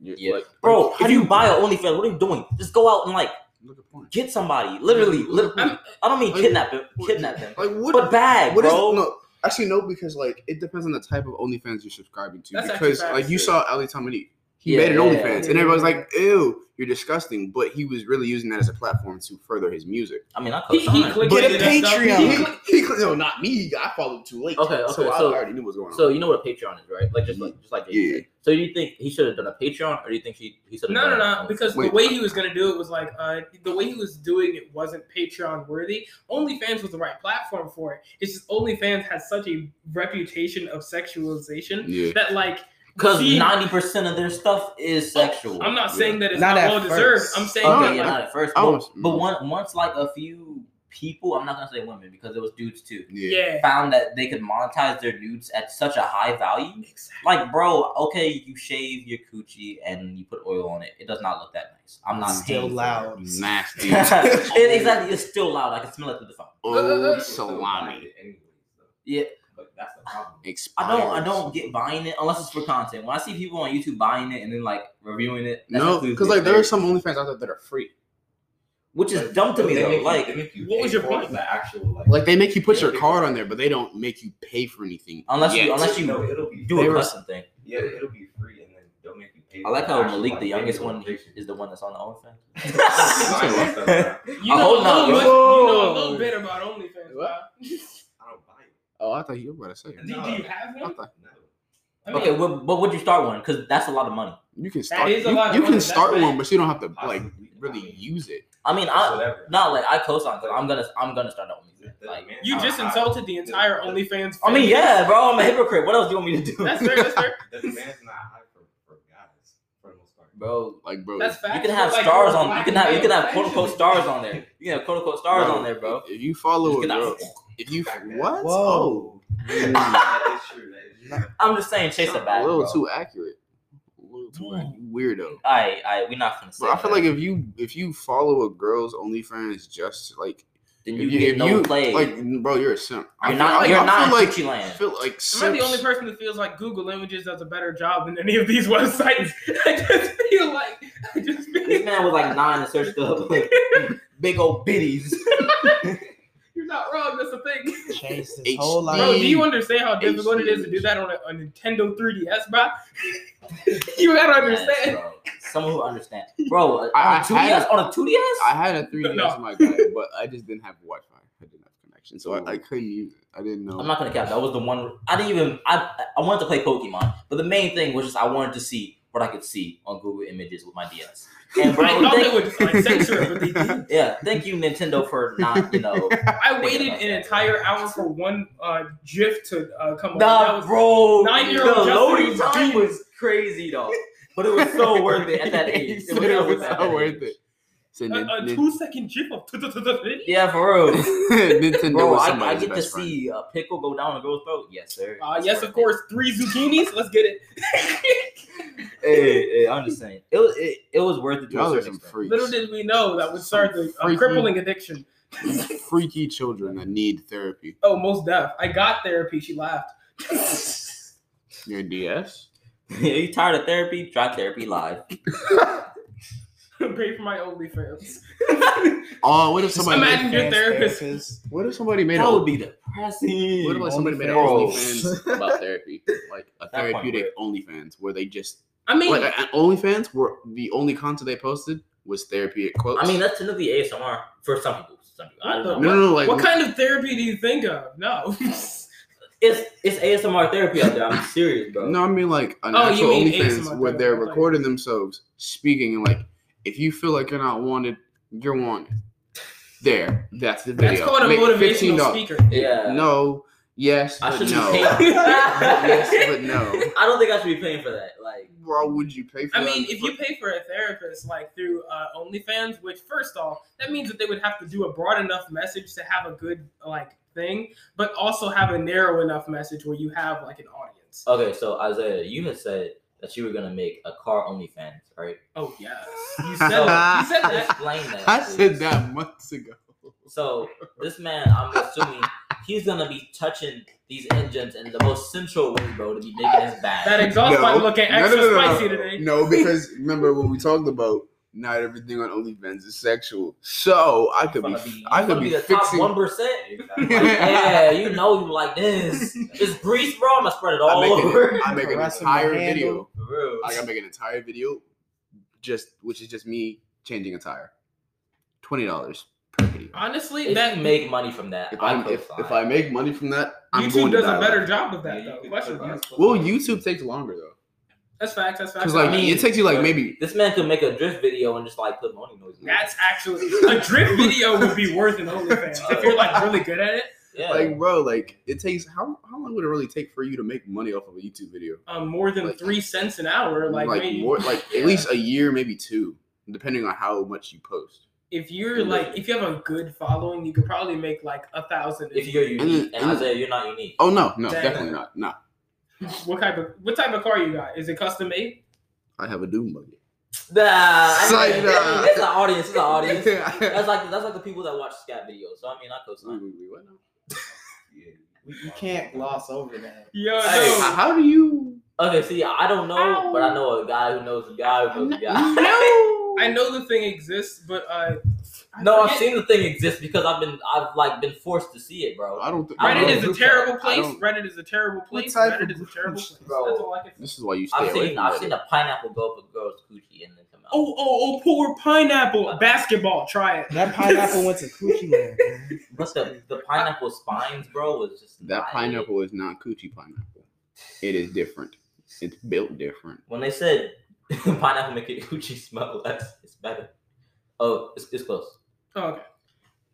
Speaker 1: Yeah. bro,
Speaker 3: how
Speaker 1: if
Speaker 3: do
Speaker 1: you buy an OnlyFans, what are you doing? Just go out and like
Speaker 3: Look at porn.
Speaker 1: get somebody. Literally, literally.
Speaker 2: I'm-
Speaker 1: I don't mean
Speaker 3: I'm-
Speaker 1: kidnap them, kidnap them,
Speaker 3: Like what?
Speaker 1: but bag,
Speaker 3: what is-
Speaker 1: bro.
Speaker 3: no? Actually, no, because like it depends on the type of OnlyFans you're subscribing to.
Speaker 2: That's actually
Speaker 3: because
Speaker 2: facts,
Speaker 3: like you
Speaker 2: too.
Speaker 3: saw Ali Tamani, he
Speaker 1: Yeah,
Speaker 3: made an
Speaker 1: yeah,
Speaker 3: OnlyFans,
Speaker 1: yeah.
Speaker 3: and everybody's like, "Ew, you're disgusting," but he was really using that as a platform to further his music.
Speaker 1: I mean, I
Speaker 2: He, he
Speaker 1: co-signed.
Speaker 2: clicked
Speaker 5: Get a
Speaker 2: it and stuff.
Speaker 5: Patreon.
Speaker 2: He
Speaker 3: He,
Speaker 2: clicked-
Speaker 3: he, no, not me. I followed too late.
Speaker 1: Okay, okay,
Speaker 3: so, I
Speaker 1: so-
Speaker 3: already knew what was going on.
Speaker 1: So you know what a Patreon is, right? Like just like just like Jason
Speaker 3: Yeah.
Speaker 1: said. So do you think he should have done a Patreon, or do you think he he should have
Speaker 2: No, no,
Speaker 1: done
Speaker 2: no. Because
Speaker 3: Wait.
Speaker 2: the way he was gonna do it was like uh, the way he was doing it wasn't Patreon worthy. OnlyFans was the right platform for it. It's just OnlyFans has such a reputation of sexualization
Speaker 3: yeah,
Speaker 2: that like
Speaker 1: because
Speaker 2: See-
Speaker 1: ninety percent of their stuff is sexual.
Speaker 2: I'm not
Speaker 3: Yeah.
Speaker 2: saying that it's
Speaker 5: Not
Speaker 2: not,
Speaker 5: at
Speaker 2: well deserved.
Speaker 5: first.
Speaker 2: I'm saying
Speaker 3: Oh,
Speaker 1: Okay,
Speaker 2: that
Speaker 1: yeah,
Speaker 2: like,
Speaker 1: not at first,
Speaker 3: I
Speaker 1: but,
Speaker 3: was-
Speaker 1: but one, once like a few people, I'm not gonna say women because it was dudes too,
Speaker 3: yeah.
Speaker 2: yeah.
Speaker 1: found that they could monetize their nudes at such a high value. Like, bro, okay, you shave your coochie and you put oil on it. It does not look that nice. I'm not
Speaker 5: still
Speaker 1: paying for it.
Speaker 5: loud.
Speaker 1: [laughs]
Speaker 3: Nasty.
Speaker 1: it, exactly, it's still loud. I can smell it through the phone.
Speaker 3: Old Oh, salami.
Speaker 4: Anyways, though.
Speaker 1: Yeah,
Speaker 4: But that's the problem.
Speaker 1: I don't. I don't get buying it unless it's for content. When I see people on YouTube buying it and then like reviewing it, that's
Speaker 3: No,
Speaker 1: inclusive.
Speaker 3: because like there are some OnlyFans out there that are free.
Speaker 1: which is
Speaker 4: Like,
Speaker 1: dumb to me
Speaker 4: they
Speaker 1: though.
Speaker 4: make you-
Speaker 1: Like,
Speaker 4: they make you
Speaker 2: What was
Speaker 4: pay
Speaker 2: your
Speaker 4: for
Speaker 2: point?
Speaker 4: The actual like,
Speaker 3: Like they make you put
Speaker 4: Yeah,
Speaker 3: your
Speaker 4: they-
Speaker 3: card on there, but they don't make you pay for anything.
Speaker 1: Unless you-
Speaker 3: yet.
Speaker 1: unless- you
Speaker 4: no, it'll be
Speaker 1: do
Speaker 4: free.
Speaker 1: a
Speaker 3: were-
Speaker 1: custom thing.
Speaker 4: Yeah, it'll be free, and then they'll make you pay.
Speaker 1: I
Speaker 4: for
Speaker 1: like
Speaker 4: the
Speaker 1: how
Speaker 4: actual,
Speaker 1: Malik, the
Speaker 4: video
Speaker 1: youngest one,
Speaker 4: picture. [laughs]
Speaker 1: is the one that's on the OnlyFans.
Speaker 4: I don't buy it.
Speaker 1: [laughs]
Speaker 2: You
Speaker 1: I
Speaker 2: know,
Speaker 1: hope
Speaker 2: a
Speaker 1: not,
Speaker 2: little bit, you
Speaker 3: bro.
Speaker 2: know a little bit about OnlyFans.
Speaker 3: What?
Speaker 2: Wow.
Speaker 4: I don't buy it.
Speaker 3: Oh, I thought you were about to say.
Speaker 2: Do, do
Speaker 3: it.
Speaker 4: No.
Speaker 2: you have
Speaker 3: I
Speaker 2: one?
Speaker 3: thought
Speaker 4: No.
Speaker 2: I
Speaker 1: [laughs]
Speaker 2: mean,
Speaker 1: Okay, well, but would you start one? Because that's a lot of money.
Speaker 3: you can start.
Speaker 2: is a
Speaker 3: you-
Speaker 2: lot of
Speaker 3: you
Speaker 2: money,
Speaker 3: can
Speaker 2: that's
Speaker 3: start
Speaker 2: bad.
Speaker 3: one, but you don't have to like
Speaker 4: Possibly.
Speaker 3: really use it.
Speaker 1: I mean,
Speaker 4: It's
Speaker 1: I
Speaker 4: whatever.
Speaker 1: not like I co-sign. Cause I'm gonna, I'm gonna start the OnlyFans. Like,
Speaker 4: man-
Speaker 2: you
Speaker 4: I-
Speaker 2: just
Speaker 4: I-
Speaker 2: insulted the entire OnlyFans.
Speaker 1: I mean,
Speaker 2: fan.
Speaker 1: yeah, bro, I'm a hypocrite. What else do you want me to do?
Speaker 2: That's fair. That's fair.
Speaker 4: The demand's not high for, for guys, for the
Speaker 1: [laughs]
Speaker 4: most part.
Speaker 1: bro.
Speaker 3: Like, bro,
Speaker 2: That's
Speaker 1: You
Speaker 2: fact.
Speaker 1: can have
Speaker 2: Like,
Speaker 1: stars
Speaker 2: you're
Speaker 1: on. You can
Speaker 2: black
Speaker 1: have, you can have
Speaker 2: male.
Speaker 1: quote unquote stars on there. You can have quote unquote stars on there, bro.
Speaker 3: If you follow
Speaker 1: You
Speaker 3: a
Speaker 1: can-
Speaker 3: girl, if you what? Oh.
Speaker 5: Whoa.
Speaker 4: that is true. That is true.
Speaker 1: I'm just saying, chase
Speaker 3: Sound
Speaker 1: it back.
Speaker 3: A little
Speaker 1: bro.
Speaker 3: too accurate. A little too
Speaker 2: Ooh.
Speaker 3: accurate. weirdo.
Speaker 1: I, I, we're not gonna say.
Speaker 3: But I feel
Speaker 1: that.
Speaker 3: like if you if you follow a girl's OnlyFans just like
Speaker 1: then
Speaker 3: if
Speaker 1: you, get
Speaker 3: if
Speaker 1: no play.
Speaker 3: like bro, you're a simp. I
Speaker 1: you're
Speaker 3: feel-
Speaker 1: not,
Speaker 3: I-
Speaker 1: you're
Speaker 3: I
Speaker 1: not in
Speaker 3: feel like
Speaker 1: Gucci
Speaker 3: I
Speaker 1: land.
Speaker 3: feel like
Speaker 2: Am I the
Speaker 3: simps-
Speaker 2: only person that feels like Google Images does a better job than any of these [laughs] websites? I just feel like I just
Speaker 1: This
Speaker 2: feel
Speaker 1: man was like nine and searched up like, [laughs] big old biddies.
Speaker 2: you're not wrong. That's the thing.
Speaker 5: changed his
Speaker 3: HD.
Speaker 5: whole life.
Speaker 2: Bro, do you
Speaker 3: Hey.
Speaker 2: understand how difficult it is to do that on a, a Nintendo 3DS, bro? [laughs] you gotta
Speaker 1: Yes,
Speaker 2: understand.
Speaker 1: bro. Someone who understands, bro. on a
Speaker 3: I- I
Speaker 1: two DS,
Speaker 3: had-
Speaker 1: on a two DS.
Speaker 3: I had a 3DS
Speaker 2: No.
Speaker 3: in my guy, but I just didn't have Wi Fi. I didn't have connection. So I, I couldn't use it. I didn't know.
Speaker 1: I'm
Speaker 3: [laughs]
Speaker 1: not gonna cap. That was the one I didn't even. I I wanted to play Pokemon, but the main thing was just I wanted to see what I could see on Google Images with my DS. And
Speaker 2: [laughs]
Speaker 1: bro,
Speaker 2: I thought they
Speaker 1: thank,
Speaker 2: would like, censor it, but they didn't.
Speaker 1: yeah, thank you Nintendo for not you
Speaker 2: [laughs]
Speaker 1: know. [laughs]
Speaker 2: I waited
Speaker 1: about
Speaker 2: an
Speaker 1: that.
Speaker 2: entire hour for one uh, GIF to uh, come up. That
Speaker 1: nah,
Speaker 2: was-
Speaker 1: bro.
Speaker 2: Nine-year-old
Speaker 1: the
Speaker 2: Justin
Speaker 1: loading
Speaker 2: was
Speaker 1: time
Speaker 2: beaten.
Speaker 1: was crazy though. But it was
Speaker 2: [laughs]
Speaker 1: so worth it at that age.
Speaker 3: It was
Speaker 1: at
Speaker 3: so
Speaker 1: that
Speaker 3: worth
Speaker 1: age.
Speaker 3: it. So
Speaker 2: A,
Speaker 3: Nin-
Speaker 2: a
Speaker 3: Nin-
Speaker 2: Uh, two second gif of oh,
Speaker 1: Yeah, for real.
Speaker 3: [laughs] Nintendo
Speaker 1: Bro,
Speaker 3: was
Speaker 1: I, I
Speaker 3: somebody's
Speaker 1: get to
Speaker 3: best friend.
Speaker 1: see a pickle go down a girl's throat. Yes, sir. It's
Speaker 2: Uh, yes,
Speaker 1: worth
Speaker 2: of course. Three zucchinis. Let's get it. [laughs]
Speaker 1: it. Hey, hey, I'm just saying. It was it, it was worth it to a
Speaker 3: Y'all are
Speaker 1: certain
Speaker 3: some
Speaker 1: extent.
Speaker 3: freaks.
Speaker 2: Little did we know that would start the a
Speaker 3: Freaky.
Speaker 2: crippling addiction.
Speaker 3: [laughs] freaky children that need therapy.
Speaker 2: Oh, most deaf. I got therapy. She laughed. [laughs]
Speaker 3: Your DS?
Speaker 1: [laughs] Are you tired of therapy? Try therapy live.
Speaker 2: Pay for my OnlyFans. [laughs]
Speaker 3: Oh, what if somebody?
Speaker 2: Imagine your
Speaker 5: Fans,
Speaker 2: therapist.
Speaker 5: therapists.
Speaker 3: what if somebody made
Speaker 1: That
Speaker 3: a?
Speaker 1: would be depressing.
Speaker 3: What if like somebody made an
Speaker 1: OnlyFans.
Speaker 3: OnlyFans [laughs] about therapy, like a
Speaker 1: That point,
Speaker 3: therapeutic OnlyFans, where they just
Speaker 2: I mean,
Speaker 3: like a- a- OnlyFans, where the only content they posted was therapeutic quotes.
Speaker 1: I mean, that's technically ASMR for some people. Some people. I don't know.
Speaker 3: no, no, no, like
Speaker 2: what kind of therapy do you think of? No. [laughs]
Speaker 1: It's it's ASMR therapy out there.
Speaker 3: [laughs]
Speaker 1: I'm serious, bro.
Speaker 3: No, I mean like an
Speaker 2: Oh, you
Speaker 3: actual
Speaker 2: mean
Speaker 3: OnlyFans
Speaker 2: ASMR
Speaker 3: where
Speaker 2: therapy, I
Speaker 3: they're
Speaker 2: thought you
Speaker 3: recording themselves speaking and like, if you feel like you're not wanted, you're wanted. There, that's the video.
Speaker 2: That's called a
Speaker 3: Make
Speaker 2: motivational
Speaker 3: $15.
Speaker 2: speaker.
Speaker 1: Yeah.
Speaker 3: No. Yes.
Speaker 1: I
Speaker 3: but
Speaker 1: should
Speaker 3: no.
Speaker 1: be paying.
Speaker 3: yes, [laughs] but no.
Speaker 1: I don't think I should be paying for that. Like,
Speaker 3: Why would you pay for
Speaker 2: I
Speaker 3: that?
Speaker 2: mean, if you pay for a therapist like through uh, OnlyFans, which first off, that means that they would have to do a broad enough message to have a good like thing, but also have a narrow enough message where you have like an audience.
Speaker 1: okay, so Isaiah, you had said that you were gonna make a car only fans, right?
Speaker 2: Oh yes, you said, you said that.
Speaker 1: Explain that.
Speaker 3: I
Speaker 1: please.
Speaker 3: said that months ago.
Speaker 1: So this man, I'm assuming he's gonna be touching these engines in the most central way, bro, to be making his bag.
Speaker 2: That exhaust
Speaker 3: No.
Speaker 2: pipe looking
Speaker 3: No, no,
Speaker 2: extra
Speaker 3: no, no, no.
Speaker 2: spicy today.
Speaker 3: No, because remember when we talked about not everything on OnlyFans is sexual. So I could be,
Speaker 1: Gonna be-
Speaker 3: I
Speaker 1: gonna
Speaker 3: could
Speaker 1: be
Speaker 3: be,
Speaker 1: the
Speaker 3: fixing. [laughs]
Speaker 1: top one percent. [laughs] yeah, you know you like this. It's grease, bro. I'm gonna spread it all
Speaker 3: I make,
Speaker 1: over.
Speaker 3: an, I make an
Speaker 5: Caressing my
Speaker 3: entire
Speaker 5: handle.
Speaker 3: video.
Speaker 1: For real.
Speaker 3: I gotta make an entire video, just which is just me changing a tire. Twenty dollars per video.
Speaker 1: [laughs]
Speaker 2: Honestly,
Speaker 1: if
Speaker 2: that
Speaker 1: you make money from that,
Speaker 3: If I if, if I make money from that, I'm going
Speaker 2: YouTube
Speaker 3: to
Speaker 2: does
Speaker 3: die
Speaker 2: a better
Speaker 3: laughing.
Speaker 2: job of that though. Question mark.
Speaker 3: Well, YouTube takes longer though,
Speaker 2: That's facts. That's facts.
Speaker 3: because like
Speaker 1: I mean,
Speaker 3: it takes you like
Speaker 1: but-
Speaker 3: maybe
Speaker 1: this man could make a drift video and just like put money noises. in it.
Speaker 2: That's actually a
Speaker 3: [laughs]
Speaker 2: drip video would be worth an OnlyFans if you're like really good at it.
Speaker 1: yeah.
Speaker 3: like bro, like it takes how how long would it really take for you to make money off of a YouTube video?
Speaker 2: Um, more than
Speaker 3: Like-
Speaker 2: three cents an hour. Like,
Speaker 3: Like,
Speaker 2: maybe-
Speaker 3: more like
Speaker 1: Yeah.
Speaker 3: at least a year, maybe two, depending on how much you post.
Speaker 2: if you're like if you have a good following, you could probably make like a thousand.
Speaker 1: if you're unique, and
Speaker 3: Mm, mm.
Speaker 1: Isaiah, you're not
Speaker 3: [laughs]
Speaker 1: unique.
Speaker 3: Oh no, no,
Speaker 2: Dang.
Speaker 3: definitely not. Nah,
Speaker 2: what type of what type of car you got? Is it custom made?
Speaker 3: I have a doom buggy.
Speaker 1: Nah, I
Speaker 3: Psych,
Speaker 1: mean,
Speaker 3: nah. [laughs]
Speaker 1: it's an audience. It's an audience. That's
Speaker 3: Wait,
Speaker 1: like that's like the people that watch scat videos. So I mean, I co-sign.
Speaker 3: wait, wait, what now?
Speaker 5: You you can't gloss over that.
Speaker 2: Yeah,
Speaker 1: Hey,
Speaker 3: H- how do you?
Speaker 1: Okay, see, I don't know,
Speaker 2: Ow.
Speaker 1: but I know a guy who knows a guy who knows a guy. [laughs]
Speaker 2: I know the thing exists, but uh, I
Speaker 1: No, I've
Speaker 2: forget-
Speaker 1: seen the thing exist because I've been I've like been forced to see it, bro.
Speaker 3: I don't think.
Speaker 1: I
Speaker 2: Reddit
Speaker 1: don't
Speaker 2: is a
Speaker 1: group
Speaker 2: terrible
Speaker 3: I
Speaker 2: place.
Speaker 3: don't-
Speaker 2: Reddit is a terrible place.
Speaker 5: type of
Speaker 2: Reddit is a terrible
Speaker 5: groups,
Speaker 2: place. That's
Speaker 1: bro?
Speaker 2: all I can say.
Speaker 3: This is why you stay
Speaker 1: I've
Speaker 3: away.
Speaker 1: seen
Speaker 3: from
Speaker 1: I've
Speaker 3: Reddit.
Speaker 1: seen a pineapple go up a girl's coochie and then come out.
Speaker 2: Oh, oh, oh, poor pineapple. Basketball, try it.
Speaker 5: That pineapple went to Coochie Land. man.
Speaker 1: but the the pineapple spines, bro, was just
Speaker 3: That
Speaker 1: not it.
Speaker 3: pineapple is not coochie pineapple. It is different. It's built different.
Speaker 1: When they said [laughs] pineapple make your coochie smell less, it's better. Oh, it's, it's close.
Speaker 2: Oh, okay.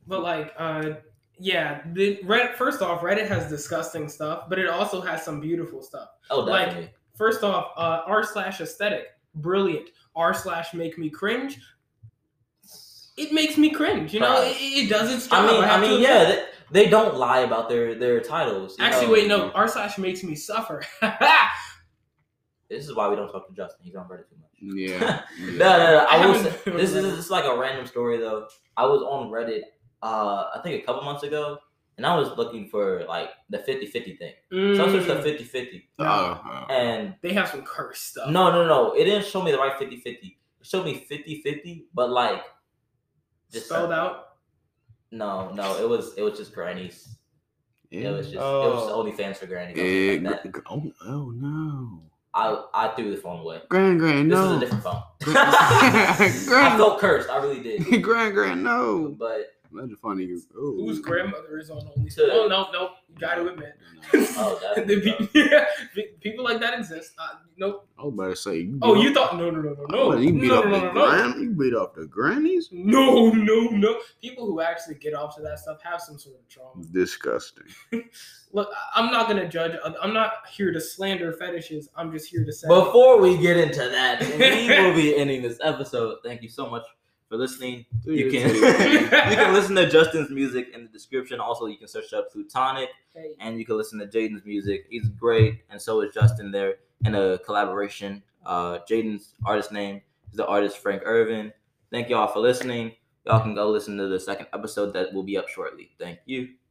Speaker 2: But like, uh, yeah, the Reddit. First off, Reddit has disgusting stuff, but it also has some beautiful stuff.
Speaker 1: Oh,
Speaker 2: Like-
Speaker 1: definitely.
Speaker 2: First off, uh, r slash aesthetic, brilliant. R slash make me cringe. It makes me cringe. You know, it, it does its job.
Speaker 1: I mean, I
Speaker 2: have to
Speaker 1: mean,
Speaker 2: admit.
Speaker 1: yeah, they, they don't lie about their their titles. you
Speaker 2: Actually,
Speaker 1: know?
Speaker 2: wait, no. R slash makes me suffer. [laughs]
Speaker 1: This is why we don't talk to Justin. He's on Reddit too much.
Speaker 3: Yeah.
Speaker 1: [laughs] No,
Speaker 3: yeah.
Speaker 1: no, no.
Speaker 2: I
Speaker 1: I was
Speaker 2: haven't been on
Speaker 1: this is
Speaker 2: Reddit.
Speaker 1: this is like a random story though. I was on Reddit, uh, I think a couple months ago, and I was looking for like the 50-50 thing. So I searched the
Speaker 2: Mm,
Speaker 1: 50-50,
Speaker 3: Oh, oh.
Speaker 1: and
Speaker 2: they have some cursed stuff.
Speaker 1: no, no, no, it didn't show me the right 50-50. It showed me 50-50, but like, just
Speaker 2: spelled out.
Speaker 1: no, no, it was it was just grannies. It was just it was
Speaker 5: Oh.
Speaker 1: only fans for grannies. or
Speaker 3: Eh,
Speaker 1: something like that.
Speaker 3: gr- oh, oh no.
Speaker 1: I I threw the phone away.
Speaker 3: Grand Grand
Speaker 1: This
Speaker 3: no.
Speaker 1: is
Speaker 3: [laughs]
Speaker 1: a different phone. I
Speaker 3: Grand
Speaker 1: felt cursed. I really did.
Speaker 3: Grand Grand no.
Speaker 1: But
Speaker 3: Imagine finding you. Oh,
Speaker 2: Whose grandmother is on OnlyFans?
Speaker 1: To-
Speaker 2: No, no, no. You got to admit.
Speaker 1: Oh, that's
Speaker 2: [laughs] The pe- yeah, pe- people like that exist. Uh, nope.
Speaker 3: I was about to say. You
Speaker 2: Oh,
Speaker 3: beat
Speaker 2: you
Speaker 3: up-
Speaker 2: thought no, no, no, no,
Speaker 3: I was
Speaker 2: no,
Speaker 3: about to say, Oh, You beat
Speaker 2: no,
Speaker 3: up
Speaker 2: no,
Speaker 3: the
Speaker 2: no, no,
Speaker 3: gran- You beat up the grannies.
Speaker 2: no, no, no. People who actually get off to that stuff have some sort of trauma.
Speaker 3: Disgusting.
Speaker 2: Look, I- I'm not gonna judge. I- I'm not here to slander fetishes. I'm just here to say. [laughs]
Speaker 1: Before we get into that, we will be ending this episode. Thank you so much for listening. You can [laughs] you can listen to Justin's music in the description. Also, you can search up Plutonic,
Speaker 2: Hey,
Speaker 1: and you can listen to Jaden's music. He's great, and so is Justin. There in a collaboration. Uh, Jaden's artist name is the artist Frank Irvin. Thank y'all for listening. Y'all can go listen to the second episode that will be up shortly. Thank you.